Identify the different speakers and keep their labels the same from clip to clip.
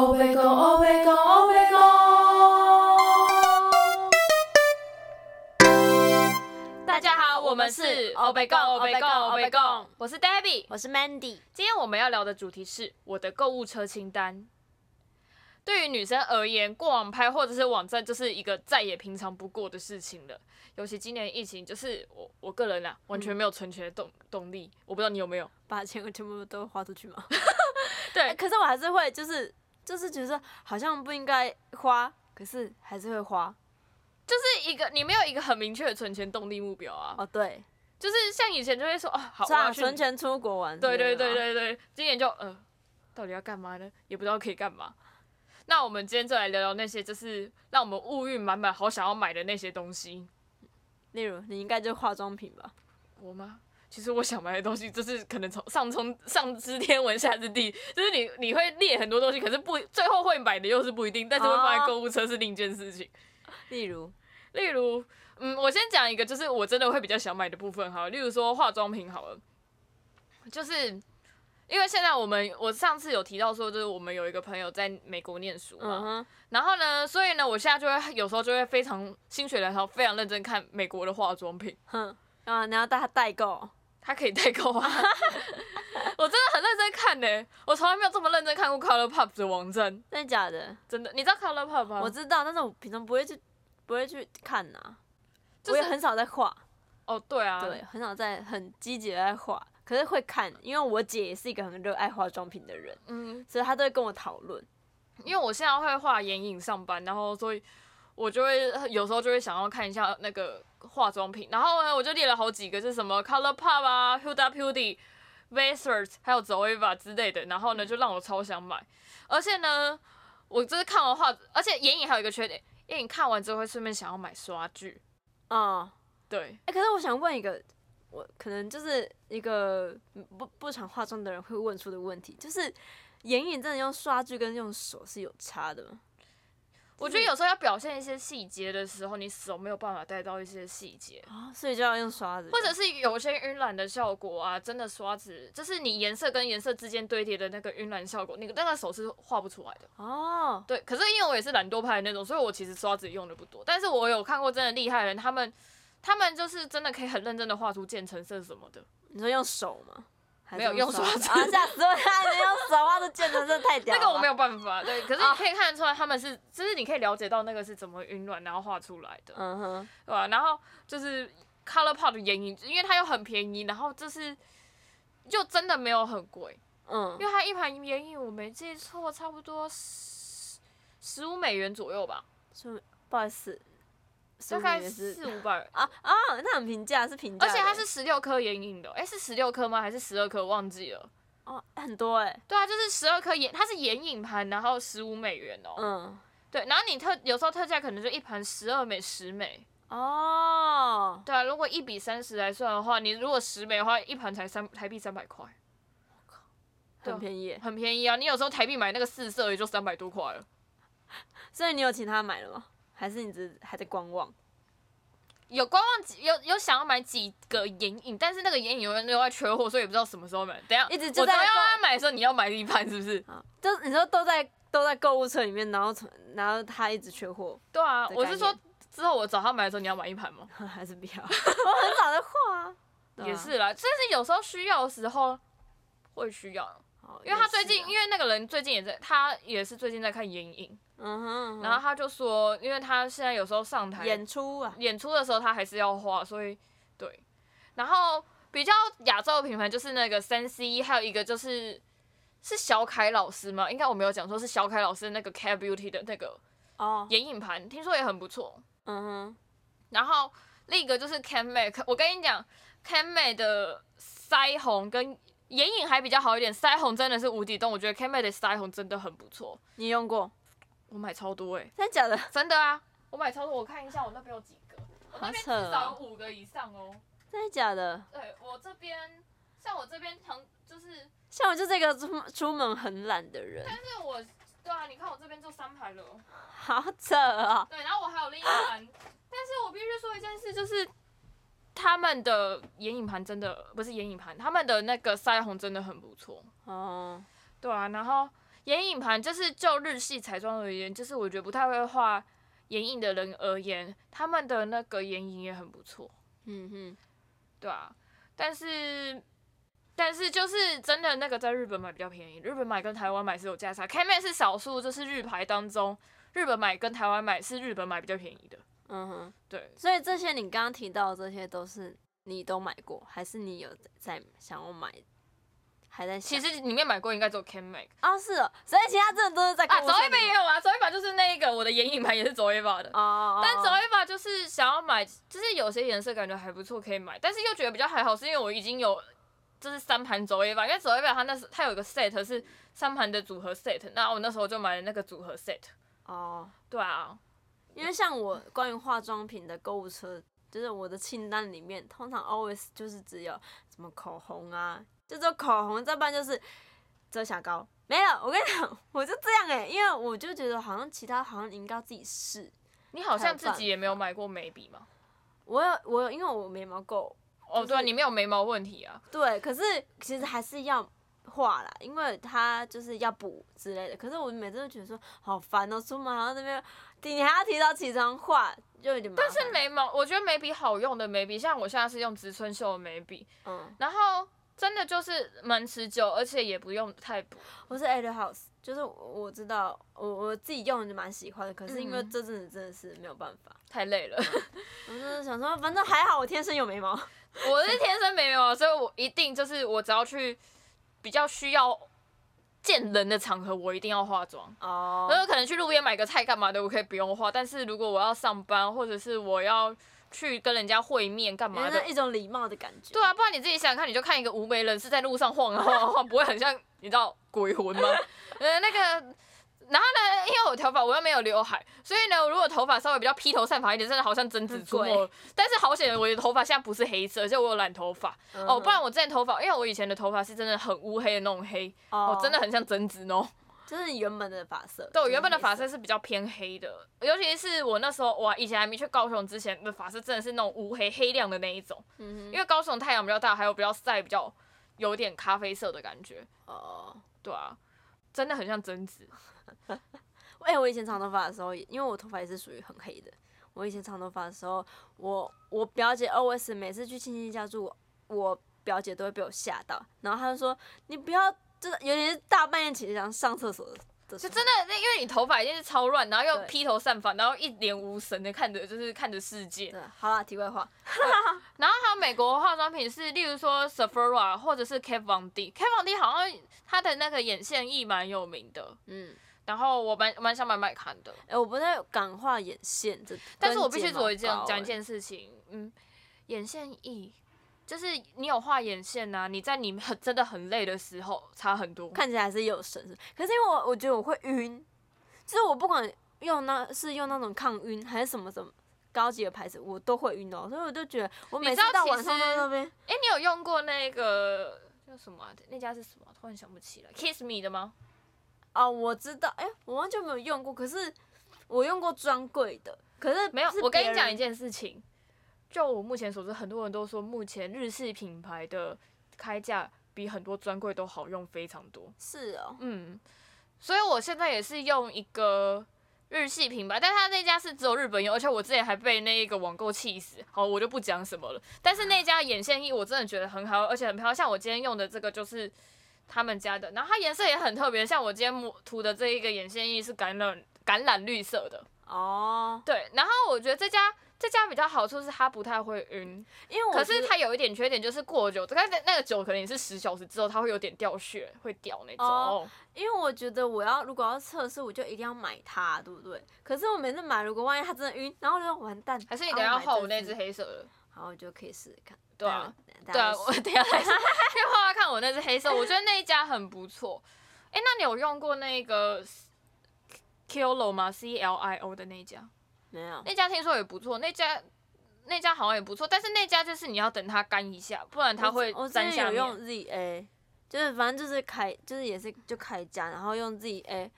Speaker 1: 欧贝公，欧贝公，欧贝公。
Speaker 2: 大家好，我们是哦欧贝贡，
Speaker 3: 哦
Speaker 2: 欧贝贡，欧贝贡，我是 Debbie。
Speaker 3: 我是 Mandy，
Speaker 2: 今天我们要聊的主题是我的购物车清单。对于女生而言，逛网拍或者是网站就是一个再也平常不过的事情了。尤其今年疫情，就是我我个人啊，完全没有存钱的动动力。我不知道你有 没有？
Speaker 3: 把钱全部都花出去嘛。
Speaker 2: 对
Speaker 3: 可是我还是会，就是就是觉得好像不应该花，可是还是会花。
Speaker 2: 就是一个你没有一个很明确的存钱动力目标啊。
Speaker 3: 哦，对，
Speaker 2: 就是像以前就会说，哦，好，我
Speaker 3: 算
Speaker 2: 要
Speaker 3: 了，
Speaker 2: 去
Speaker 3: 存钱出国玩之类
Speaker 2: 对
Speaker 3: 的嘛。
Speaker 2: 对啊对对对，今年就呃，到底要干嘛呢？也不知道可以干嘛。那我们今天就来聊聊那些就是让我们物欲满满、好想要买的那些东西。
Speaker 3: 例如，你应该就化妆品吧。
Speaker 2: 我吗？其实我想买的东西，就是可能从上冲上知天文下知地，就是你你会列很多东西，可是不最后会买的又是不一定，但是会放在
Speaker 3: 哦
Speaker 2: 购物车是另一件事情。
Speaker 3: 例如，
Speaker 2: 例如，嗯，我先讲一个，就是我真的会比较想买的部分好了，例如说化妆品好了，就是因为现在我们我上次有提到说，就是我们有一个朋友在美国念书嘛，
Speaker 3: 嗯哼，
Speaker 2: 然后呢，所以呢，我现在就会有时候就会非常心血来潮，非常认真看美国的化妆品，
Speaker 3: 哼，啊，你要带他代购，
Speaker 2: 它可以代购啊， 我真的很认真看呢、我从来没有这么认真看过 Color Pop 的网站，
Speaker 3: 真的假的？
Speaker 2: 真的，你知道 Color Pop 吗？
Speaker 3: 我知道，但是我平常不会去，不会去看呐、
Speaker 2: 就
Speaker 3: 我
Speaker 2: 是
Speaker 3: 也很少在画，
Speaker 2: 哦，对啊，
Speaker 3: 对，很少在很积极的在画，可是会看，因为我姐也是一个很热爱化妆品的人，
Speaker 2: 嗯，
Speaker 3: 所以她都会跟我讨论。
Speaker 2: 因为我现在会画眼影上班，然后所以我就会有时候就会想要看一下那个化妆品，然后呢，我就列了好几个，就是什么 Color Pop 啊、Huda Beauty、Vessers 还有 Zoeva 之类的，然后呢，就让我超想买，而且呢，我就是看完画，而且眼影还有一个缺点，眼影看完之后会顺便想要买刷具，
Speaker 3: 嗯，
Speaker 2: 对，
Speaker 3: 哎、可是我想问一个，我可能就是一个嗯不不常化妆的人会问出的问题，就是眼影真的用刷具跟用手是有差的吗？
Speaker 2: 我觉得有时候要表现一些细节的时候，你手没有办法带到一些细节，
Speaker 3: 啊、所以就要用刷子，
Speaker 2: 或者是有些晕染的效果啊，真的刷子就是你颜色跟颜色之间堆叠的那个晕染效果，你那个手是画不出来的。
Speaker 3: 哦，
Speaker 2: 对，可是因为我也是懒惰派的那种，所以我其实刷子用的不多，但是我有看过真的厉害的人，他们他们就是真的可以很认真的画出渐层色什么的。
Speaker 3: 你说用手吗？还是
Speaker 2: 没有用
Speaker 3: 刷
Speaker 2: 刷
Speaker 3: 子
Speaker 2: 子
Speaker 3: 啊！吓死我了！还能用手画的卷的，真的太 屌
Speaker 2: 那
Speaker 3: 了吧。
Speaker 2: 个我没有办法，对，可是你
Speaker 3: 啊
Speaker 2: 可以看得出来他们是，就是你可以了解到那个是怎么晕染然后画出来的。
Speaker 3: 嗯哼，
Speaker 2: 对吧、然后就是 Color Pop 的眼影，因为它又很便宜，然后就是又真的没有很贵，因
Speaker 3: 嗯，
Speaker 2: 为它一盘眼影我没记错，差不多十十五美元左右吧，
Speaker 3: 说不好意思，
Speaker 2: 大
Speaker 3: 15
Speaker 2: 概
Speaker 3: 美元是
Speaker 2: 四五百。
Speaker 3: 啊啊，那很平价，是平价
Speaker 2: 而
Speaker 3: 的欸，
Speaker 2: 且它是十六颗眼影的，诶，是十六颗吗？还是十二颗？忘记了。
Speaker 3: 哦很多哎，
Speaker 2: 对啊，就是十二颗眼，它是眼影盘，然后十五美元哦、
Speaker 3: 嗯，
Speaker 2: 对，然后你特有时候特价可能就一盘十二美、十美。
Speaker 3: 哦，
Speaker 2: 对啊，如果一比三十来算的话，你如果十美的话，一盘才三台币三百块。对
Speaker 3: 很便宜欸，
Speaker 2: 很便宜啊！你有时候台币买那个四色也就三百多块了，
Speaker 3: 所以你有请他买了吗？还是你只是还在观望？
Speaker 2: 有观望几有有想要买几个眼影，但是那个眼影永远都在缺货，所以也不知道什么时候买。等一下，
Speaker 3: 一直
Speaker 2: 我
Speaker 3: 就
Speaker 2: 知
Speaker 3: 在
Speaker 2: 道
Speaker 3: 购
Speaker 2: 要买的时候，你要买一盘是不是？
Speaker 3: 啊，就是你说都在都在购物车里面，然后从然后他一直缺货，
Speaker 2: 对啊，
Speaker 3: 的
Speaker 2: 我是
Speaker 3: 概念
Speaker 2: 说之后我找他买的时候，你要买一盘吗？
Speaker 3: 还是不要？我 很少在画啊，对啊
Speaker 2: 也，是啦，但是有时候需要的时候会需要，
Speaker 3: 哦
Speaker 2: 因为他最近、，
Speaker 3: 也是啊
Speaker 2: 因为那个人最近也在，他也是最近在看眼影，
Speaker 3: 嗯哼，
Speaker 2: 然后他就说，因为他现在有时候上台
Speaker 3: 演出啊，
Speaker 2: 演出的时候他还是要画，所以对。然后比较亚洲的品牌就是那个三 C，还有一个就是是小凯老师吗？应该我没有讲错，是小凯老师那个 Care Beauty 的那个
Speaker 3: 哦，
Speaker 2: 眼影盘，听说也很不错。
Speaker 3: 嗯哼，
Speaker 2: 然后另一个就是 Can Make，我跟你讲，Can Make 的腮红跟眼影还比较好一点，腮红真的是无底洞，我觉得 Can Make 的腮红真的很不错，
Speaker 3: 你用过？
Speaker 2: 我买超多诶、欸
Speaker 3: 真的假的？
Speaker 2: 真的啊，我买超多，我看一下我那边有几个，我那边
Speaker 3: 好扯哦
Speaker 2: 至少有五个以上哦。
Speaker 3: 真的假的？
Speaker 2: 对我这边，像我这边常就是，
Speaker 3: 像我就是一个出出门很懒的人，
Speaker 2: 但是我对啊，你看我这边就三排了，
Speaker 3: 好扯啊！
Speaker 2: 对，然后我还有另一盘，但是我必须说一件事，就是他们的眼影盘真的不是眼影盘，他们的那个腮红真的很不错，
Speaker 3: 哦，
Speaker 2: 对啊，然后眼影盘就是就日系彩妆而言，就是我觉得不太会画眼影的人而言，他们的那个眼影也很不错，
Speaker 3: 嗯哼，
Speaker 2: 对啊。但是，但是就是真的那个在日本买比较便宜，日本买跟台湾买是有价差。K 妹是少数，就是日牌当中，日本买跟台湾买是日本买比较便宜的，
Speaker 3: 嗯哼。
Speaker 2: 对。
Speaker 3: 所以这些你刚刚提到的这些都是你都买过，还是你有在想要买，还在
Speaker 2: 其
Speaker 3: 想？
Speaker 2: 实里面买过应该只有 K m a
Speaker 3: 啊是哦，所以其他真的都是在
Speaker 2: 啊，
Speaker 3: 购物
Speaker 2: 走
Speaker 3: 车
Speaker 2: 一
Speaker 3: 里
Speaker 2: 把也
Speaker 3: 面
Speaker 2: 有啊，走一把就是那一个我的眼影盘也是走一把的，
Speaker 3: 哦哦，哦
Speaker 2: 但走一把就是想要买，就是有些颜色感觉还不错可以买，但是又觉得比较还好，是因为我已经有就是三盘走一把，因为走一把它那是它有一个 set 是三盘的组合 set，那我那时候就买了那个组合 set，
Speaker 3: 哦，
Speaker 2: 对啊，
Speaker 3: 因为像我关于化妆品的购物车，就是我的清单里面，通常 always 就是只有什么口红啊，就只有口红，再不然就是遮瑕膏，没了。我跟你讲，我就这样哎、因为我就觉得好像其他好像应该要自己试。
Speaker 2: 你好像
Speaker 3: 还有
Speaker 2: 自
Speaker 3: 办
Speaker 2: 己也没有买过眉笔嘛？
Speaker 3: 我有我有，因为我眉毛够
Speaker 2: 哦，
Speaker 3: 就是
Speaker 2: 对啊，你没有眉毛问题啊，
Speaker 3: 对，可是其实还是要画啦，因为它就是要补之类的。可是我每次都觉得说好烦哦，出门还要那边，你还要提早起床画，就有点麻烦。
Speaker 2: 但是，眉毛我觉得眉笔好用的眉笔，像我现在是用植村秀的眉笔，
Speaker 3: 嗯，
Speaker 2: 然后真的就是蛮持久，而且也不用太补。
Speaker 3: 我是 Ada House，就是我我知道我我自己用就蛮喜欢的，可是因为
Speaker 2: 嗯
Speaker 3: 这阵子真的是没有办法，
Speaker 2: 太累了，
Speaker 3: 我就是想说，反正还好我天生有眉毛，
Speaker 2: 我是天生没有，所以我一定就是我只要去比较需要见人的场合，我一定要化妆。
Speaker 3: 哦
Speaker 2: 我有可能去路边买个菜干嘛的，我可以不用化。但是如果我要上班，或者是我要去跟人家会面干嘛
Speaker 3: 原
Speaker 2: 的
Speaker 3: 来，一种礼貌的感觉。
Speaker 2: 对啊，不然你自己想想看，你就看一个无眉人士在路上晃啊晃啊晃，不会很像你知道鬼魂吗？呃，那个，然后呢，因为我头发我又没有刘海，所以呢，我如果头发稍微比较披头散发一点，真的好像贞子出没
Speaker 3: 很
Speaker 2: 了。但是好险，我的头发现在不是黑色，而且我有染头发、
Speaker 3: 嗯
Speaker 2: 哦，不然我之前头发，因为我以前的头发是真的很乌黑的那种黑，
Speaker 3: 哦
Speaker 2: 哦，真的很像贞子哦。
Speaker 3: 就是你原本的发色。
Speaker 2: 对，
Speaker 3: 就
Speaker 2: 我
Speaker 3: 是
Speaker 2: 原本的
Speaker 3: 黑
Speaker 2: 发色是比较偏黑的，尤其是我那时候哇，以前还没去高雄之前的发色真的是那种乌黑黑亮的那一种。
Speaker 3: 嗯
Speaker 2: 因
Speaker 3: 哼，
Speaker 2: 为高雄太阳比较大，还有比较晒，比较有点咖啡色的感觉，
Speaker 3: 哦。
Speaker 2: 对啊，真的很像贞子。
Speaker 3: 哎、我以前长头发的时候也，因为我头发也是属于很黑的。我以前长头发的时候，我我表姐 always 每次去亲戚家住，我表姐都会被我吓到，然后她就说：“你不要，就是尤其是大半夜起床上厕所的时
Speaker 2: 就
Speaker 3: 候，
Speaker 2: 真的，那因为你头发一定是超乱，然后又
Speaker 3: 对
Speaker 2: 披头散发，然后一脸无神的看着，就是看着世界。
Speaker 3: 对，好啦，题外话，
Speaker 2: 然后还有美国化妆品是，例如说 Sephora 或者是 Kat Von D，Kat Von D 好像它的那个眼线液蛮有名的，
Speaker 3: 嗯，
Speaker 2: 然后我蛮蛮想买买看的。
Speaker 3: 哎、我不太敢画眼线这，
Speaker 2: 但是我必须做
Speaker 3: 做
Speaker 2: 一件
Speaker 3: 欸
Speaker 2: 讲一，件事情，嗯，眼线液就是你有画眼线呐、你在你很真的很累的时候差很多。
Speaker 3: 看起来还是有神似，可是因为我我觉得我会晕，就是我不管用那是用那种抗晕还是什么什么高级的牌子，我都会晕哦，所以我就觉得我每
Speaker 2: 你
Speaker 3: 次
Speaker 2: 知道
Speaker 3: 到
Speaker 2: 其
Speaker 3: 晚上都在
Speaker 2: 实
Speaker 3: 那边。
Speaker 2: 哎、你有用过那个叫什么啊、那家是什么啊、突然想不起来，Kiss Me 的吗？
Speaker 3: 哦，我知道，哎、我完全没有用过，可是我用过专柜的，可是
Speaker 2: 没有
Speaker 3: 是，
Speaker 2: 我跟
Speaker 3: 别
Speaker 2: 你讲
Speaker 3: 人
Speaker 2: 一，件事情，就我目前所知，很多人都说目前日系品牌的开价比很多专柜都好用非常多。
Speaker 3: 是哦，
Speaker 2: 嗯，所以我现在也是用一个日系品牌，但它那家是只有日本有，而且我之前还被那个网购气死。好，我就不讲什么了。但是那家眼线液我真的觉得很好，而且很漂亮。像我今天用的这个就是他们家的，然后它颜色也很特别，像我今天抹涂的这一个眼线液是橄榄橄榄绿色的。
Speaker 3: 哦，
Speaker 2: 对，然后我觉得这家这家比较好处是它不太会晕，
Speaker 3: 因为我
Speaker 2: 可是
Speaker 3: 觉得
Speaker 2: 它有一点缺点就是过久，但是那个酒可能也是十小时之后它会有点掉屑，会掉那种。
Speaker 3: 哦因为我觉得我要如果要测试，我就一定要买它，对不对？可是我每次买，如果万一它真的晕，然后我就说完蛋，
Speaker 2: 还是你
Speaker 3: 啊
Speaker 2: 等一下
Speaker 3: 买
Speaker 2: 画我
Speaker 3: 这
Speaker 2: 那只黑色的？
Speaker 3: 好，我就可以试试看。
Speaker 2: 对啊
Speaker 3: 待会，
Speaker 2: 对啊，
Speaker 3: 待
Speaker 2: 我
Speaker 3: 会试
Speaker 2: 等一下再说可以 画画看我那只黑色，我觉得那一家很不错。哎、那你有用过那个 Clio 吗？C L I O 的那一家？
Speaker 3: 没有，
Speaker 2: 那家听说也不错，那家那家好像也不错，但是那家就是你要等它干一下，不然它会
Speaker 3: 我之
Speaker 2: 粘
Speaker 3: 前
Speaker 2: 下
Speaker 3: 有
Speaker 2: 面。
Speaker 3: 用 ZA，就是反正就是开，就是也是就开家，然后用 ZA，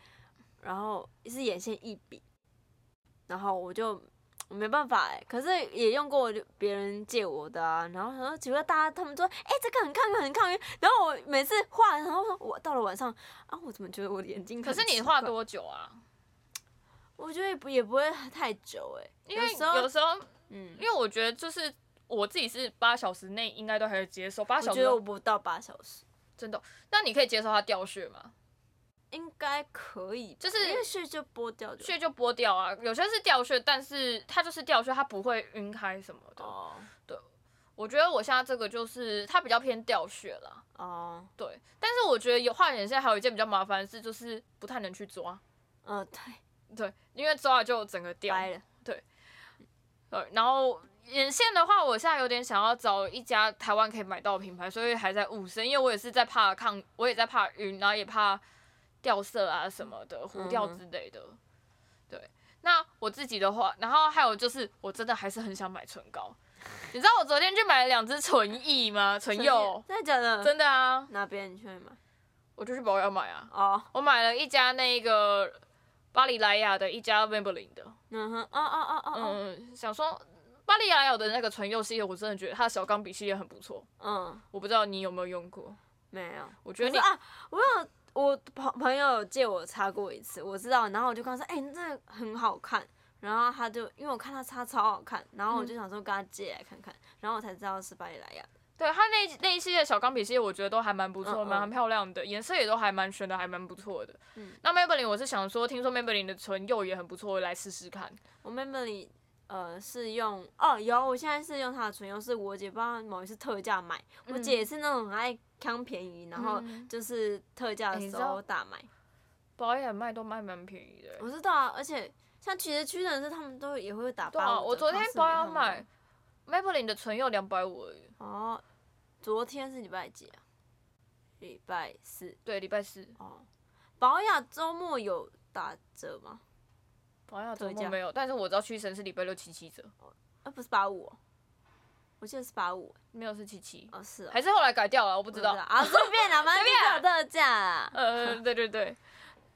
Speaker 3: 然后是眼线一笔，然后我就我没办法哎、可是也用过别人借我的啊。然后然后结果大家他们说，哎、这个很抗晕，很抗晕。然后我每次画，然后说我到了晚上啊，我怎么觉得我的眼睛？
Speaker 2: 可是你画，多久啊？
Speaker 3: 我觉得也不也不会太久哎、
Speaker 2: 因为
Speaker 3: 有时候
Speaker 2: 有时候，
Speaker 3: 嗯
Speaker 2: 因，为我觉得就是我自己是八小时内应该都还是接受，八
Speaker 3: 我
Speaker 2: 小
Speaker 3: 觉
Speaker 2: 时
Speaker 3: 得我不到八小时。
Speaker 2: 真的。那你可以接受它掉屑吗？
Speaker 3: 应该可以吧，
Speaker 2: 就是
Speaker 3: 因为是就剥掉就
Speaker 2: 屑就剥掉啊，有些是掉屑，但是它就是掉屑，它不会晕开什么的。
Speaker 3: 哦
Speaker 2: 我觉得我现在这个就是它比较偏掉屑啦，
Speaker 3: 哦，
Speaker 2: 对。但是我觉得有画眼线还有一件比较麻烦的事，就是不太能去抓，
Speaker 3: 嗯，对，
Speaker 2: 对，因为抓了就整个掉。
Speaker 3: 掰了，
Speaker 2: 对，呃然后眼线的话，我现在有点想要找一家台湾可以买到的品牌，所以还在物色，因为我也是在怕抗，我也在怕晕，然后也怕掉色啊什么的，糊掉之类的。对，那我自己的话，然后还有就是，我真的还是很想买唇膏。你知道我昨天去买了两支唇液吗？唇釉，
Speaker 3: 真的假的？
Speaker 2: 真的啊，
Speaker 3: 哪边你去买？
Speaker 2: 我就去保养买啊。
Speaker 3: 哦，
Speaker 2: 我买了一家那个巴黎莱雅的一家 Maybelline 的，
Speaker 3: 嗯哼，哦哦哦哦，
Speaker 2: 嗯，想说巴黎雅雅的那个唇釉系列，我真的觉得它的小钢笔系列很不错。
Speaker 3: 嗯嗯，
Speaker 2: 我不知道你有没有用过，
Speaker 3: 没有，
Speaker 2: 我觉
Speaker 3: 可
Speaker 2: 得你
Speaker 3: 是啊，我有我朋朋友有借我擦过一次，我知道，然后我就跟他说，哎、你这个很好看。然后他就因为我看他擦超好看，然
Speaker 2: 嗯
Speaker 3: 后我就想说跟他借来看看，然后我才知道是巴黎莱雅的。
Speaker 2: 对它那一那一系列小钢笔系列，我觉得都还蛮不错，
Speaker 3: 嗯嗯
Speaker 2: 蛮、漂亮的，颜色也都还蛮选的，还蛮不错的。
Speaker 3: 嗯
Speaker 2: 那 Maybelline 我是想说，听说 Maybelline 的唇釉也很不错，我来试试看。
Speaker 3: 我妹妹里呃是用哦有，我现在是用她的唇釉，是我姐帮她某一次特价买，我姐也是那种很爱贪便宜，然后
Speaker 2: 嗯
Speaker 3: 就是特价
Speaker 2: 哎你
Speaker 3: 的
Speaker 2: 知
Speaker 3: 时
Speaker 2: 道
Speaker 3: 候大买。
Speaker 2: 保养卖都卖蛮便宜的、欸
Speaker 3: 我知道啊，而且像其实屈臣氏他们都也会打
Speaker 2: 对
Speaker 3: 八
Speaker 2: 啊，
Speaker 3: 五折
Speaker 2: 我昨天
Speaker 3: 康士美
Speaker 2: 保
Speaker 3: 他
Speaker 2: 养
Speaker 3: 们
Speaker 2: 买
Speaker 3: 都
Speaker 2: Maybelline 的唇釉两百五而已。
Speaker 3: 哦，昨天是礼拜几啊？礼拜四
Speaker 2: 对，礼拜四
Speaker 3: 哦。保养周末有打折吗？
Speaker 2: 保养周
Speaker 3: 特
Speaker 2: 末
Speaker 3: 价
Speaker 2: 没有，但是我知道屈臣氏礼拜六七七折，
Speaker 3: 啊，不是八五、哦，我记得是八五、
Speaker 2: 没有是嗯七七，
Speaker 3: 哦是哦，
Speaker 2: 还是后来改掉了，我不
Speaker 3: 不
Speaker 2: 知道。啊
Speaker 3: 啊，随 便啦，反正就是有特价啦。
Speaker 2: 呃，对对对。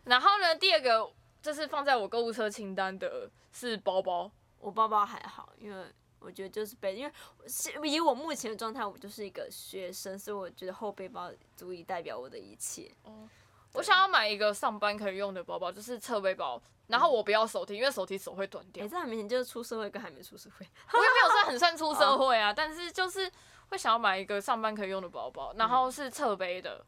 Speaker 2: 然后呢，第二个就是放在我购物车清单的是包包，
Speaker 3: 我包包还好，因为我觉得就是背，因为是以我目前的状态，我就是一个学生，所以我觉得后背包足以代表我的一切。
Speaker 2: 我想要买一个上班可以用的包包，就是侧背包。然后我不要手提，因为手提手会断
Speaker 3: 哎、
Speaker 2: 掉。
Speaker 3: 这很明显就是出社会跟还没出社会。
Speaker 2: 我也没有算很算出社会啊，但是就是会想要买一个上班可以用的包包，然后是侧背的，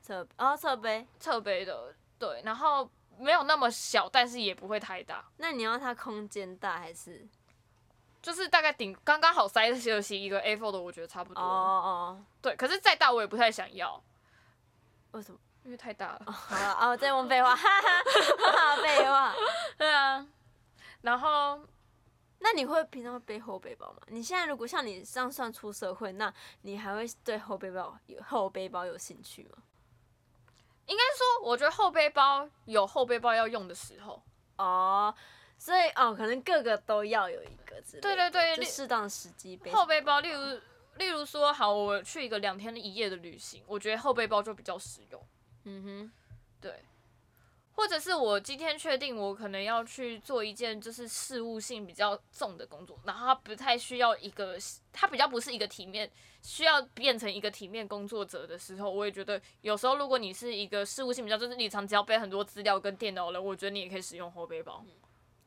Speaker 3: 侧哦侧背，
Speaker 2: 侧背的，对，然后没有那么小，但是也不会太大，
Speaker 3: 那你要它空间大还是？
Speaker 2: 就是大概顶刚刚好塞得休息一个 A4 的，我觉得差不
Speaker 3: 哦
Speaker 2: 多。
Speaker 3: 哦，
Speaker 2: 对，可是再大我也不太想要，
Speaker 3: 哦为什么？
Speaker 2: 因为太大了。
Speaker 3: 好了哦，再问废话， 哈哈哈哈，废话。
Speaker 2: 对啊，然后
Speaker 3: 那你会平常会背后背包吗？你现在如果像你这样算出社会，那你还会对后背包有后背包有兴趣吗？
Speaker 2: 应该说，我觉得后背包有后背包要用的时候，
Speaker 3: 哦，所以哦，可能各个都要有一个之类的，
Speaker 2: 对对对
Speaker 3: 就
Speaker 2: 例
Speaker 3: 适当的时机背
Speaker 2: 后背包，例如例如说，好，我去一个两天一夜的旅行，我觉得后背包就比较实用，
Speaker 3: 嗯
Speaker 2: 对。或者是我今天确定我可能要去做一件就是事务性比较重的工作，然后它不太需要一个，它比较不是一个体面，需要变成一个体面工作者的时候，我也觉得有时候如果你是一个事务性比较，就是你长期要背很多资料跟电脑了，我觉得你也可以使用后背包。
Speaker 3: 哼，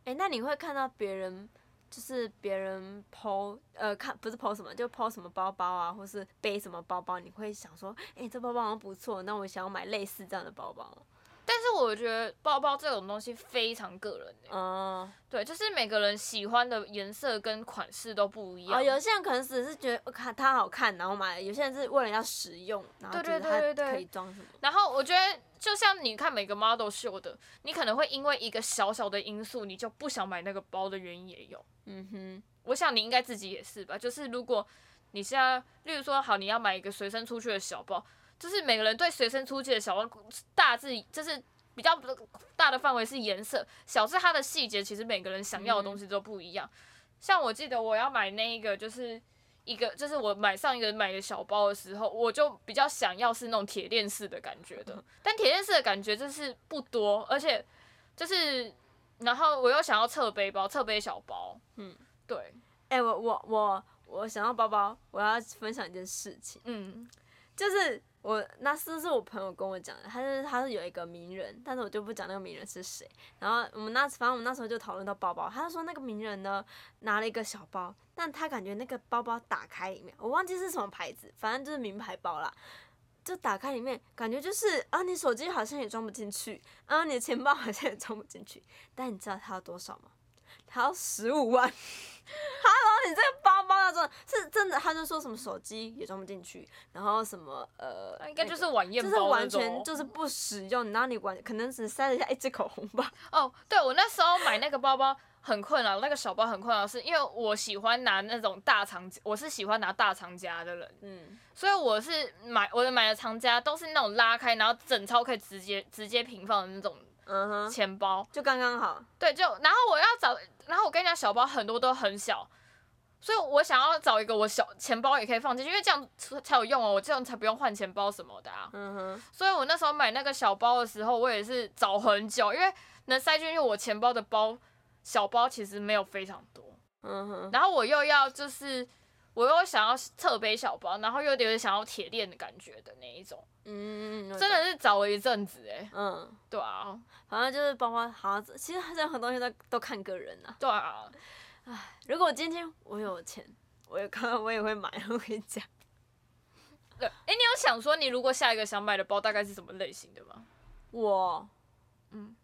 Speaker 3: 哎、那你会看到别人就是别人抛呃看不是抛什么，就抛什么包包啊，或是背什么包包，你会想说，哎、这包包好像不错，那我想要买类似这样的包包吗。
Speaker 2: 但是我觉得包包这种东西非常个人、欸，
Speaker 3: 嗯，
Speaker 2: 对，就是每个人喜欢的颜色跟款式都不一样。
Speaker 3: 哦，有些人可能只是觉得我哦看它好看，然后买了；有些人是为了要实用，然后
Speaker 2: 对
Speaker 3: 觉
Speaker 2: 对
Speaker 3: 得它
Speaker 2: 对对对
Speaker 3: 可以装什么。
Speaker 2: 然后我觉得，就像你看每个 model 秀的，你可能会因为一个小小的因素，你就不想买那个包的原因也有。
Speaker 3: 嗯哼，
Speaker 2: 我想你应该自己也是吧，就是如果你现在，例如说好，你要买一个随身出去的小包，就是每个人对随身出去的小包大致就是比较大的范围是颜色，小是它的细节，其实每个人想要的东西都不一样。像我记得我要买那一个就是。一个就是我买上一个买的小包的时候，我就比较想要是那种铁链式的感觉的，但铁链式的感觉就是不多，而且就是然后我又想要侧背包，侧背小包，
Speaker 3: 嗯
Speaker 2: 嗯，对，
Speaker 3: 哎、我我我我想要包包，我要分享一件事情，
Speaker 2: 嗯，
Speaker 3: 就是我那是是我朋友跟我讲的，他是他是有一个名人，但是我就不讲那个名人是谁。然后我们那反正我们那时候就讨论到包包，他就说那个名人呢拿了一个小包，但他感觉那个包包打开里面，我忘记是什么牌子，反正就是名牌包啦。就打开里面，感觉就是啊，你手机好像也装不进去，啊，你的钱包好像也装不进去。但你知道它要多少吗？它要十五万。Hello，你这个包包要装是真的，他就说什么手机也装不进去，然后什么呃，
Speaker 2: 那应该就是晚宴
Speaker 3: 就
Speaker 2: 包
Speaker 3: 是
Speaker 2: 那
Speaker 3: 完
Speaker 2: 种哦
Speaker 3: 全就是不实用，然后你完可能只塞得下一支口红吧。
Speaker 2: 哦，对我那时候买那个包包很困扰，那个小包很困扰，是因为我喜欢拿那种大长，我是喜欢拿大长夹的人，
Speaker 3: 嗯，
Speaker 2: 所以我是买我的买的长夹都是那种拉开，然后整钞可以直接直接平放的那种
Speaker 3: 嗯哼，
Speaker 2: 钱包。
Speaker 3: 就刚刚好。
Speaker 2: 对，就然后我要找，然后我跟你讲，小包很多都很小。所以我想要找一个我小钱包也可以放进去，因为这样才有用哦，我这样才不用换钱包什么的啊。
Speaker 3: 嗯哼，
Speaker 2: 所以我那时候买那个小包的时候，我也是找很久，因为能塞进去我钱包的包小包其实没有非常多，
Speaker 3: 嗯哼，
Speaker 2: 然后我又要就是我又想要侧背小包，然后又有点想要铁链的感觉的那一种，
Speaker 3: 嗯，我
Speaker 2: 真
Speaker 3: 懂，
Speaker 2: 的是找了一阵子哎、
Speaker 3: 嗯，
Speaker 2: 对啊，
Speaker 3: 反正就是包包，好像其实任何东西都都看个人呐、
Speaker 2: 对啊，
Speaker 3: 如果今天我有钱，我有看到我也会买，我跟你讲。
Speaker 2: 对，哎、你有想说你如果下一个想买的包大概是什么类型的吗？
Speaker 3: 我，
Speaker 2: 嗯，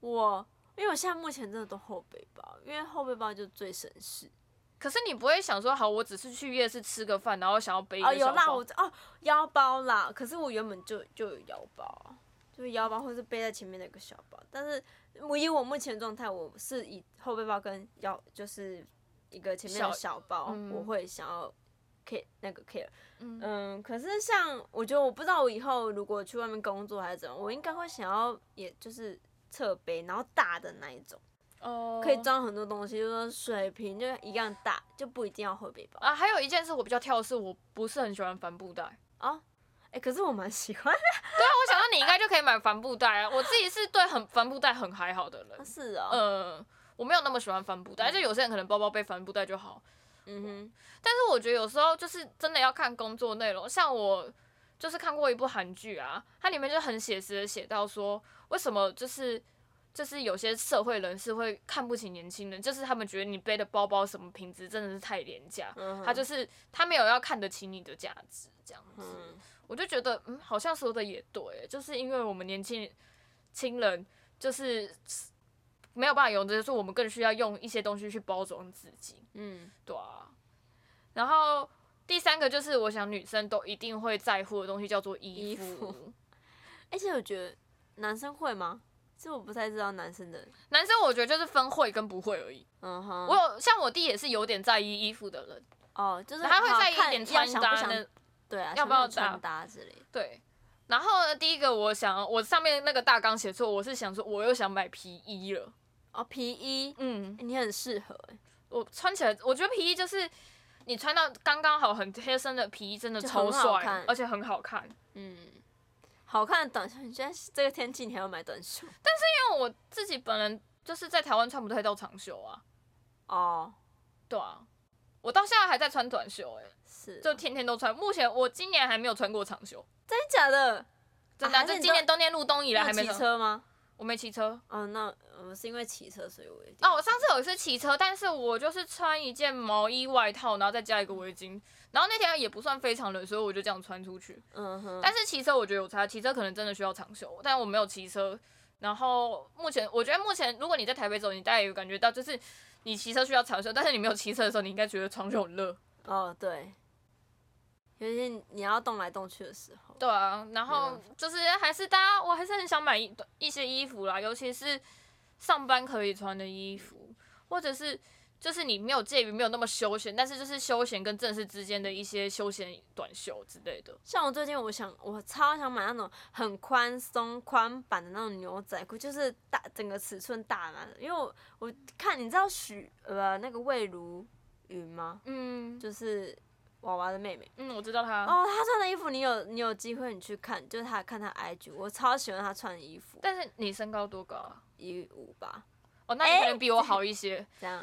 Speaker 3: 我，因为我现在目前真的都后背包，因为后背包就最省事。
Speaker 2: 可是你不会想说，好，我只是去夜市吃个饭，然后想要背一
Speaker 3: 哦，
Speaker 2: 个
Speaker 3: 有
Speaker 2: 小
Speaker 3: 啦，
Speaker 2: 包。
Speaker 3: 我哦腰包啦，可是我原本就就有腰包，就是腰包或是背在前面的一个小包。但是我以我目前的状态，我是以后背包跟腰就是一个前面的
Speaker 2: 小
Speaker 3: 小包，
Speaker 2: 嗯
Speaker 3: 我会想要 care 那个 care。
Speaker 2: 嗯
Speaker 3: 嗯，可是像我觉得我不知道我以后如果去外面工作还是怎么，我应该会想要也就是侧背，然后大的那一种，
Speaker 2: 哦
Speaker 3: 可以装很多东西，就是说水瓶就一样大，就不一定要后背包。
Speaker 2: 啊。还有一件事我比较挑的是，我不是很喜欢帆布袋。
Speaker 3: 哎、可是我蛮 喜欢
Speaker 2: 我想到你应该就可以买帆布袋啊。我自己是对很帆布袋很还好的
Speaker 3: 的，
Speaker 2: 人，
Speaker 3: 是哦，
Speaker 2: 呃，我没有那么喜欢帆布袋，就有些人可能包包背帆布袋就好。
Speaker 3: 嗯哼。
Speaker 2: 但是我觉得有时候就是真的要看工作内容，像我就是看过一部韩剧啊，它里面就很写实的写到说，为什么就是就是有些社会人士会看不起年轻人，就是他们觉得你背的包包什么品质真的是太廉价，
Speaker 3: 嗯哼
Speaker 2: 他就是他没有要看得起你的价值这样子。
Speaker 3: 嗯
Speaker 2: 我就觉得，嗯，好像说的也对，欸就是因为我们年轻亲人就是没有办法用这些，所以我们更需要用一些东西去包装自己，
Speaker 3: 嗯
Speaker 2: 对啊。然后第三个就是，我想女生都一定会在乎的东西叫做衣服，
Speaker 3: 衣服而哎且我觉得男生会吗？这我不太知道男生的。
Speaker 2: 男生我觉得就是分会跟不会而已。
Speaker 3: 嗯哼，
Speaker 2: 我有像我弟也是有点在意衣服的人，
Speaker 3: 哦，就是
Speaker 2: 他会
Speaker 3: 好
Speaker 2: 在意一
Speaker 3: 看
Speaker 2: 点
Speaker 3: 要
Speaker 2: 穿
Speaker 3: 想
Speaker 2: 搭
Speaker 3: 不想
Speaker 2: 那
Speaker 3: 对啊，
Speaker 2: 要不要
Speaker 3: 想想穿
Speaker 2: 搭
Speaker 3: 搭之类的。
Speaker 2: 对。然后呢，第一个我想，我上面那个大纲写错，我是想说我又想买皮衣了，
Speaker 3: 哦，皮衣，
Speaker 2: 嗯，
Speaker 3: 欸你很适合哎、
Speaker 2: 我穿起来，我觉得皮衣就是你穿到刚刚好很贴身的皮衣，真的
Speaker 3: 就
Speaker 2: 超
Speaker 3: 很好看
Speaker 2: 帅，而且很好看。因
Speaker 3: 嗯，好看的短袖，你现在这个天气你还要买短袖？
Speaker 2: 为我自己本人就是在台湾穿不太到长袖啊，
Speaker 3: 哦，
Speaker 2: 对啊，我到现在还在穿短袖、欸，哎，
Speaker 3: 是，哦
Speaker 2: 就
Speaker 3: 真的
Speaker 2: 天天都穿。目前我今年还没有穿过长袖，
Speaker 3: 假的？
Speaker 2: 真的啊、
Speaker 3: 还是
Speaker 2: 就
Speaker 3: 你
Speaker 2: 今年
Speaker 3: 都
Speaker 2: 冬天入冬以
Speaker 3: 你
Speaker 2: 来
Speaker 3: 有
Speaker 2: 还没
Speaker 3: 骑
Speaker 2: 穿。
Speaker 3: 车吗？
Speaker 2: 我没骑车
Speaker 3: 哦，那我是因为骑车，所以我有点
Speaker 2: 啊，我上次有一次骑车，但是我就是穿一件毛衣外套，然后再加一个围巾，然后那天也不算非常冷，所以我就这样穿出去。
Speaker 3: 嗯哼，
Speaker 2: 但是骑车我觉得有差，骑车可能真的需要长袖，但我没有骑车。然后目前我觉得目前如果你在台北走，你大概有感觉到，就是你骑车需要长袖，但是你没有骑车的时候，你应该觉得长袖很热。
Speaker 3: 哦对，尤其是你要动来动去的时候，
Speaker 2: 对啊，然后
Speaker 3: 没
Speaker 2: 就是还是大家，我还是很想买一一些衣服啦，尤其是上班可以穿的衣服，或者是就是你没有介于没有那么休闲，但是就是休闲跟正式之间的一些休闲短袖之类的。
Speaker 3: 像我最近，我想我超想买那种很宽松宽版的那种牛仔裤，就是大整个尺寸大码的。因为我我看你知道许呃那个魏如云吗？
Speaker 2: 嗯
Speaker 3: 就是娃娃的妹妹
Speaker 2: 嗯，我知道他。
Speaker 3: 哦，她穿的衣服你有你有机会你去看，就是她看她 IG，我超喜欢她穿的衣服，
Speaker 2: 但是你身高多高啊？
Speaker 3: 一五吧，
Speaker 2: 哦，那你可能比我好一些。
Speaker 3: 这样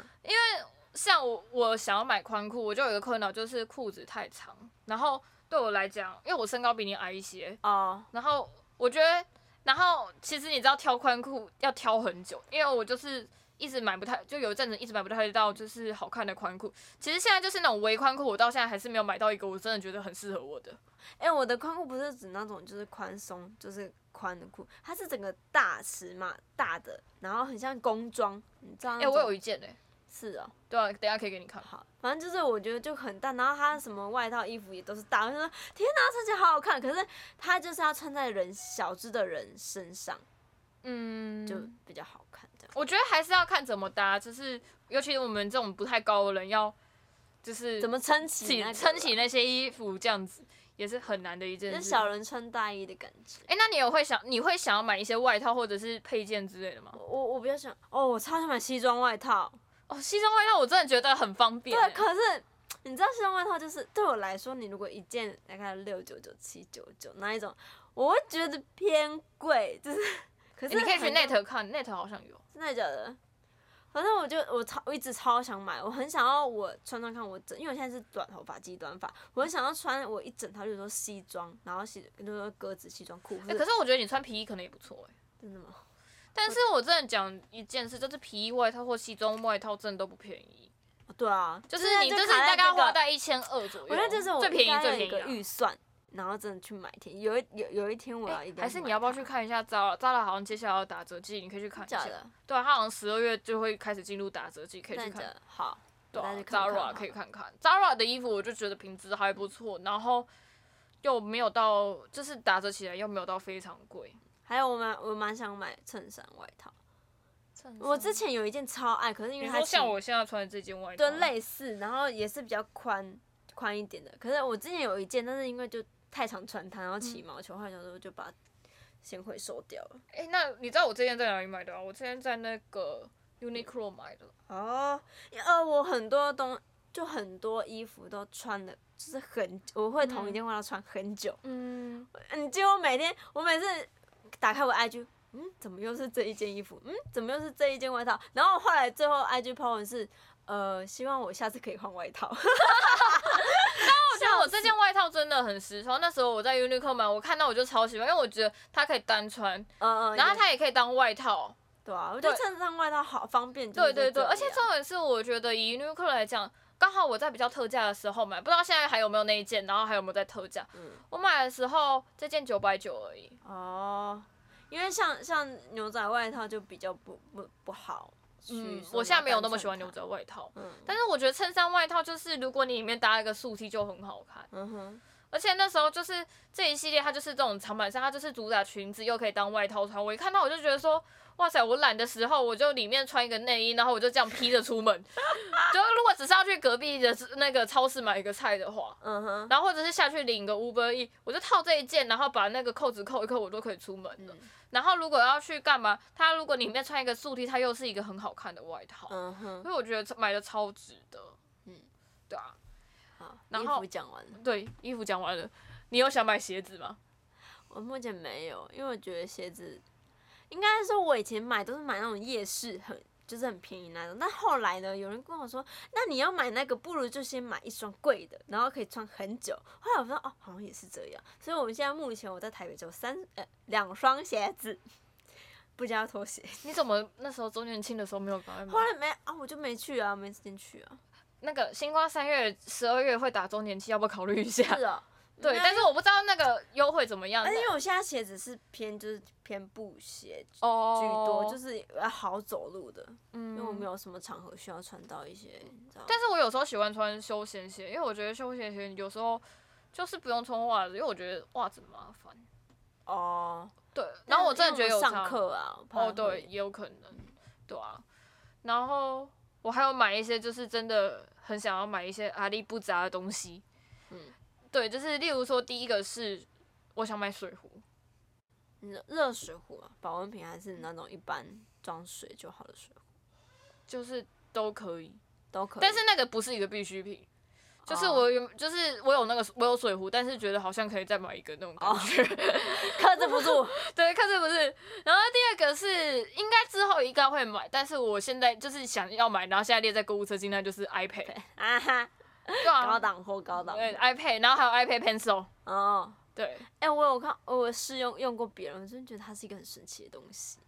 Speaker 2: 像我我想要买宽裤，我就有一个困扰，就是裤子太长。然后对我来讲，因为我身高比你矮一些，
Speaker 3: 哦，
Speaker 2: 然后我觉得，然后其实你知道挑宽裤要挑很久，因为我就是一直买不太，就有一阵子一直买不太到就是好看的宽裤。其实现在就是那种微宽裤，我到现在还是没有买到一个我真的觉得很适合我的。
Speaker 3: 哎、我的宽裤不是指那种就是宽松，就是宽的裤，它是整个大尺码大的，然后很像工装，你知道
Speaker 2: 哎、
Speaker 3: 那种？
Speaker 2: 我有一件哎、
Speaker 3: 是哦，
Speaker 2: 对啊，等一下可以给你看。
Speaker 3: 好，反正就是我觉得就很大，然后它什么外套、衣服也都是大，我就说天哪，穿起来好好看。可是它就是要穿在人小只的人身上，
Speaker 2: 嗯，
Speaker 3: 就比较好看这样。
Speaker 2: 我觉得还是要看怎么搭，就是尤其我们这种不太高的人要。就是
Speaker 3: 怎么撑
Speaker 2: 起
Speaker 3: 起那个
Speaker 2: 撑起
Speaker 3: 啊？
Speaker 2: 那些衣服，这样子也是很难的一件
Speaker 3: 就是
Speaker 2: 事。
Speaker 3: 小人穿大衣的感觉。
Speaker 2: 哎、那你有会想你会想要买一些外套或者是配件之类的吗？
Speaker 3: 我我我比较想，哦，我超想买西装外套。
Speaker 2: 哦，西装外套我真的觉得很方便、
Speaker 3: 对，
Speaker 2: 欸。
Speaker 3: 可是你知道西装外套就是对我来说，你如果一件大概六九九、七九九那一种，我会觉得偏贵，就是。 可是
Speaker 2: 欸你可以去
Speaker 3: 很多
Speaker 2: net 看，net 好像有。
Speaker 3: 真的假的？反正我就我超我一直超想买，我很想要我穿穿看我整，因为我现在是短头发及短发，我很想要穿我一整套，就是说西装，然后西就是说格子西装裤。
Speaker 2: 哎、可是我觉得你穿皮衣可能也不错哎、
Speaker 3: 真的吗？
Speaker 2: 但是我真的讲一件事，就是皮衣外套或西装外套真的都不便宜，
Speaker 3: 哦对啊，
Speaker 2: 就是
Speaker 3: 现在
Speaker 2: 你就是
Speaker 3: 卡
Speaker 2: 大
Speaker 3: 在
Speaker 2: 概
Speaker 3: 这个
Speaker 2: 花在一千二左右。
Speaker 3: 我觉得这是我
Speaker 2: 最便宜最
Speaker 3: 一个
Speaker 2: 便宜啊
Speaker 3: 预算，然后真的去买一天。有一有有一天我
Speaker 2: 啊、
Speaker 3: 要
Speaker 2: 欸
Speaker 3: 一定
Speaker 2: 还是
Speaker 3: 买
Speaker 2: 你要不要
Speaker 3: 它
Speaker 2: 去？看一下 Zara？Zara 好像接下来要打折季，你可以去看一
Speaker 3: 假
Speaker 2: 下。
Speaker 3: 的，
Speaker 2: 对啊，它好像十二月就会开始进入打折季，可以去
Speaker 3: 真的
Speaker 2: 看
Speaker 3: 假。的好，
Speaker 2: 对啊
Speaker 3: 我再去看看好
Speaker 2: Zara
Speaker 3: 了
Speaker 2: 可以看看，Zara 的衣服我就觉得品质还不错，然后又没有到，就是打折起来又没有到非常贵。
Speaker 3: 还有我蛮我蛮想买衬衫外套，我之前有一件超爱，可是因为
Speaker 2: 你
Speaker 3: 它
Speaker 2: 说像
Speaker 3: 其
Speaker 2: 我现在穿的这件外套，
Speaker 3: 对，类似，然后也是比较宽宽一点的。可是我之前有一件，但是因为就太常穿它，然后起毛球，后来想说就把它先回收掉了。
Speaker 2: 哎、那你知道我这件在哪里买的啊？我之前在那个 Uniqlo 买的，
Speaker 3: 哦，呃，我很多东就很多衣服都穿的，就是很我会同一件外套穿很久。
Speaker 2: 嗯，
Speaker 3: 嗯，结果每天我每次打开我 IG。嗯，怎么又是这一件衣服？嗯，怎么又是这一件外套？然后后来最后 IG 抛文是，呃，希望我下次可以换外套。
Speaker 2: 我觉得我这件外套真的很时髦。那时候我在 Uniqlo 买，我看到我就超喜欢，因为我觉得它可以单穿，
Speaker 3: 嗯嗯，
Speaker 2: 然后
Speaker 3: 也
Speaker 2: 它也可以当外套。
Speaker 3: 对啊，我觉得
Speaker 2: 对
Speaker 3: 衬衫外套好方便。就是
Speaker 2: 对对
Speaker 3: 这
Speaker 2: 对，
Speaker 3: 样
Speaker 2: 而且重点是，我觉得以 Uniqlo 来讲，刚好我在比较特价的时候买，不知道现在还有没有那一件，然后还有没有在特价。
Speaker 3: 嗯
Speaker 2: 我买的时候这件九百九而已，
Speaker 3: 哦，因为像像牛仔外套就比较不不不好。
Speaker 2: 嗯，我现在没有那么喜欢牛。仔外套，
Speaker 3: 嗯
Speaker 2: 但是我觉得衬衫外套就是如果你里面搭一个素 T 就很好看，
Speaker 3: 嗯哼，
Speaker 2: 而且那时候就是这一系列它就是这种长版衫，它就是主打裙子又可以当外套穿，我一看到我就觉得说。哇塞！我懒的时候，我就里面穿一个内衣，然后我就这样披着出门。 就是如果只是要去隔壁的那个超市买一个菜的话，
Speaker 3: 嗯哼，
Speaker 2: 然后或者是下去领个 Uber E，我就套这一件，然后把那个扣子扣一扣，我都可以出门了。
Speaker 3: 嗯
Speaker 2: 然后如果要去干嘛，它如果里面穿一个素 T，它又是一个很好看的外套，
Speaker 3: 嗯哼，
Speaker 2: 所以我觉得买的超值得。嗯
Speaker 3: 嗯，
Speaker 2: 对啊，
Speaker 3: 好。
Speaker 2: 然
Speaker 3: 衣
Speaker 2: 后
Speaker 3: 服讲完了，
Speaker 2: 对，衣服讲完了，你有想买鞋子吗？
Speaker 3: 我目前没有，因为我觉得鞋子，应该说我以前买都是买那种夜市很。就是很便宜那种，但后来呢，有人跟我说，那你要买那个，不如就先买一双贵的，然后可以穿很久。后来我说，哦，好像也是这样。所以我们现在目前我在台北只有三呃两双鞋子，不加拖鞋。
Speaker 2: 你怎么那时候周年庆的时候没有赶快
Speaker 3: 后
Speaker 2: 买？
Speaker 3: 来没啊，我就没去啊，没时间去啊。
Speaker 2: 那个星光三月、十二月会打周年庆，要不要考虑一 下？
Speaker 3: 是啊，
Speaker 2: 哦对，
Speaker 3: 那哎
Speaker 2: 但是我不知道那个优惠怎么样
Speaker 3: 而。且因为我现在鞋子是偏就是偏布鞋居
Speaker 2: 哦
Speaker 3: 多，就是要好走路的，
Speaker 2: 嗯
Speaker 3: 因为我没有什么场合需要穿到一些，你知道吗。
Speaker 2: 但是我有时候喜欢穿休闲鞋，因为我觉得休闲鞋有时候就是不用穿袜子，因为我觉得袜子很麻烦。
Speaker 3: 哦，
Speaker 2: 对，然后我真的觉得有
Speaker 3: 因为我
Speaker 2: 差
Speaker 3: 上课啊，我怕
Speaker 2: 哦，对，
Speaker 3: 会，
Speaker 2: 也有可能，对啊。然后我还有买一些，就是真的很想要买一些阿力不杂的东西。
Speaker 3: 嗯
Speaker 2: 对，就是例如说，第一个是我想买水壶，
Speaker 3: 热热水壶啊，保温瓶还是那种一般装水就好的水壶
Speaker 2: 就是都可以，
Speaker 3: 都可以。哦
Speaker 2: 但是那个不是一个必需品。就是我有，就是我有那个我有水壶，但是觉得好像可以再买一个那种感
Speaker 3: 哦
Speaker 2: 觉。
Speaker 3: 克制不住，
Speaker 2: 对，看是不是。然后第二个是应该之后应该会买，但是我现在就是想要买，然后现在列在购物车清单就是 iPad，
Speaker 3: 啊哈，
Speaker 2: 对
Speaker 3: 高
Speaker 2: 啊，
Speaker 3: 档货高档货。
Speaker 2: 对 iPad，然后还有 iPad Pencil，
Speaker 3: 哦，
Speaker 2: 对，
Speaker 3: 哎、我有看，我有试用用过别人，我真的觉得它是一个很神奇的东西，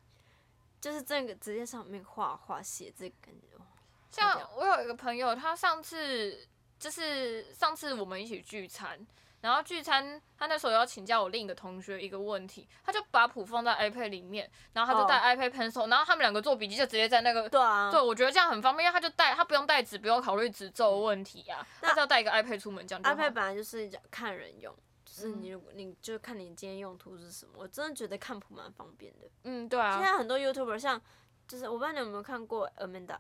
Speaker 3: 就是这个直接上面画画、写字，感觉哇
Speaker 2: 像
Speaker 3: 屌
Speaker 2: 我有一个朋友，他上次就是上次我们一起聚餐，然后聚餐他那时候要请教我另一个同学一个问题，他就把谱放在 iPad 里面，然后他就
Speaker 3: 哦
Speaker 2: 带 iPad pencil，、然后他们两个做笔记就直接在那个。
Speaker 3: 对啊，
Speaker 2: 对，我觉得这样很方便，因为他就带，他不用带纸，不用考虑纸皱问题啊，
Speaker 3: 嗯那
Speaker 2: 他只要带一个 iPad 出门这样就好。
Speaker 3: iPad 本来就是看人用，就是
Speaker 2: 嗯
Speaker 3: 你如果你就看你今天用途是什么。我真的觉得看谱蛮方便的。
Speaker 2: 嗯，对
Speaker 3: 现
Speaker 2: 啊，
Speaker 3: 在很多 YouTuber 像，就是我不知道你有没有看过 Amanda，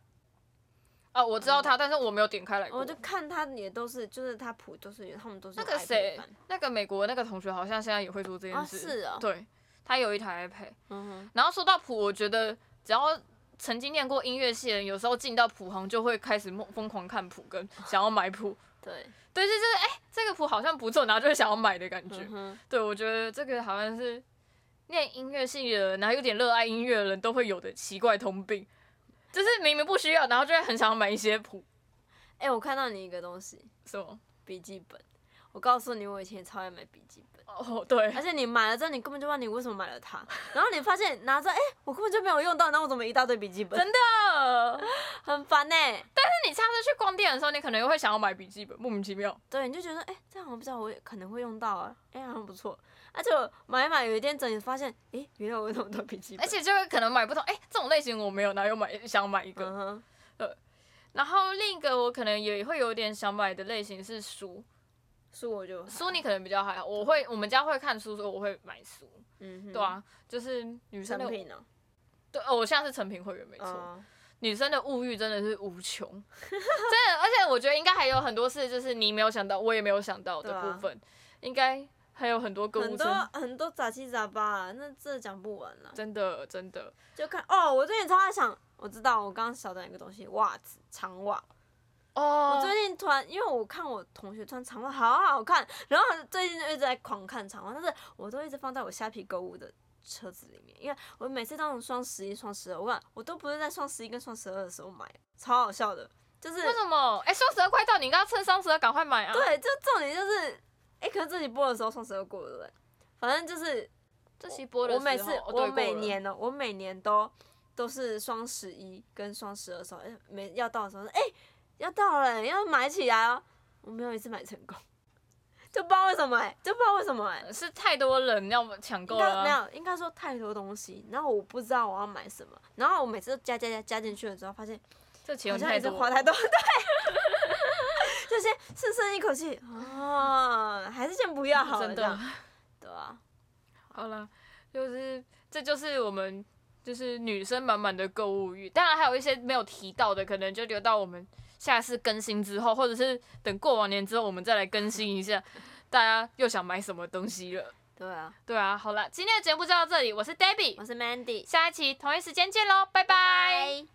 Speaker 2: 啊，我知道他，但是我没有点开来过。
Speaker 3: 嗯我就看他也都是，就是他谱都是有他们都是
Speaker 2: 那
Speaker 3: 有
Speaker 2: 个
Speaker 3: iPad
Speaker 2: 谁
Speaker 3: 版，
Speaker 2: 那个美国那个同学好像现在也会做这件
Speaker 3: 啊
Speaker 2: 事。
Speaker 3: 是哦
Speaker 2: 对，他有一台 iPad。
Speaker 3: 嗯哼，
Speaker 2: 然后说到谱，我觉得只要曾经念过音乐系的人，有时候进到谱行就会开始疯疯狂看谱，跟想要买谱。
Speaker 3: 对，
Speaker 2: 对，就是哎、这个谱好像不错，然后就会想要买的感觉。
Speaker 3: 嗯哼，
Speaker 2: 对，我觉得这个好像是念音乐系的人，然后有点热爱音乐的人都会有的奇怪通病，就是明明不需要，然后就会很想要买一些谱，
Speaker 3: 哎、我看到你一个东西，
Speaker 2: 是吗？
Speaker 3: 笔记本。我告诉你，我以前也超爱买笔记本，
Speaker 2: 哦，对
Speaker 3: 而，且你买了之后，你根本就不知道你为什么买了它，然后你发现拿着，哎、我根本就没有用到，然后我怎么一大堆笔记本，
Speaker 2: 真的。
Speaker 3: 很烦欸呢、
Speaker 2: 哦 那你下次去逛店的时候，你可能又会想要买笔记本，莫名其妙。
Speaker 3: 对，你就觉得，哎、这样我不知道，我也可能会用到啊，哎、好像不错。而且我买一买，有一天整理发现，哎、原来我有那么多笔记本，
Speaker 2: 而且就会可能买不同，哎、这种类型我没有，然后又买想买一个。
Speaker 3: 嗯哼，
Speaker 2: 然后另一个我可能也会有点想买的类型是书，
Speaker 3: 书我就
Speaker 2: 书你可能比较还好，我会我们家会看书，所以我会买书。
Speaker 3: 嗯哼，
Speaker 2: 对，啊，就是女生
Speaker 3: 成
Speaker 2: 的
Speaker 3: 品啊呢、
Speaker 2: 对，哦，我现在是成品会员没错。
Speaker 3: 哦，
Speaker 2: 女生的物欲真的是无穷， 真的，而且我觉得应该还有很多事，就是你没有想到，我也没有想到的
Speaker 3: 对啊
Speaker 2: 部分，应该还有很多购
Speaker 3: 很
Speaker 2: 物车
Speaker 3: 多，很多杂七杂八、啊，那这讲不完了、
Speaker 2: 真的真的，
Speaker 3: 就看哦，我最近超爱想，我知道，我刚刚想到一个东西，袜子，长袜。
Speaker 2: 哦
Speaker 3: 我最近突然，因为我看我同学穿长袜好好看，然后最近就一直在狂看长袜，但是我都一直放在我虾皮购物的车子里面，因为我每次到那种双十一、双十二，我看我都不是在双十一跟双十二的时候买，超好笑的，就是
Speaker 2: 为什么？哎、双十二快到，你应该要趁双十二赶快买啊！，
Speaker 3: 对，就重点就是，哎、可是这集播的时候双十二过了，对不对？反正就是
Speaker 2: 这期播的
Speaker 3: 我每
Speaker 2: 时
Speaker 3: 次
Speaker 2: 候哦对
Speaker 3: 我每
Speaker 2: 过了
Speaker 3: 年呢、我每年都都是双十一跟双十二的时候，哎、每要到的时候说，哎、要到了、要买起来哦。我没有一次买成功， 就不知道为什么、哎，就不知道为什么、哎，
Speaker 2: 是太多人要抢购
Speaker 3: 应
Speaker 2: 了
Speaker 3: 该
Speaker 2: 啊、
Speaker 3: 没有，应该说太多东西，然后我不知道我要买什么，然后我每次都加加加加进去了之后，发现
Speaker 2: 这钱
Speaker 3: 好
Speaker 2: 有
Speaker 3: 像
Speaker 2: 太
Speaker 3: 一直
Speaker 2: 多
Speaker 3: 花
Speaker 2: 了。
Speaker 3: 太多，对， 就先深深一口气啊，还是先不要好了，
Speaker 2: 真的
Speaker 3: 这样对啊，
Speaker 2: 好了，就是这就是我们就是女生满满的购物欲，当然还有一些没有提到的，可能就留到我们下次更新之后，或者是等过完年之后我们再来更新一下，大家又想买什么东西了。
Speaker 3: 对啊，
Speaker 2: 对啊，好了，今天的节目就到这里，我是 Debbie，
Speaker 3: 我是 Mandy，
Speaker 2: 下一期同一时间见喽，拜拜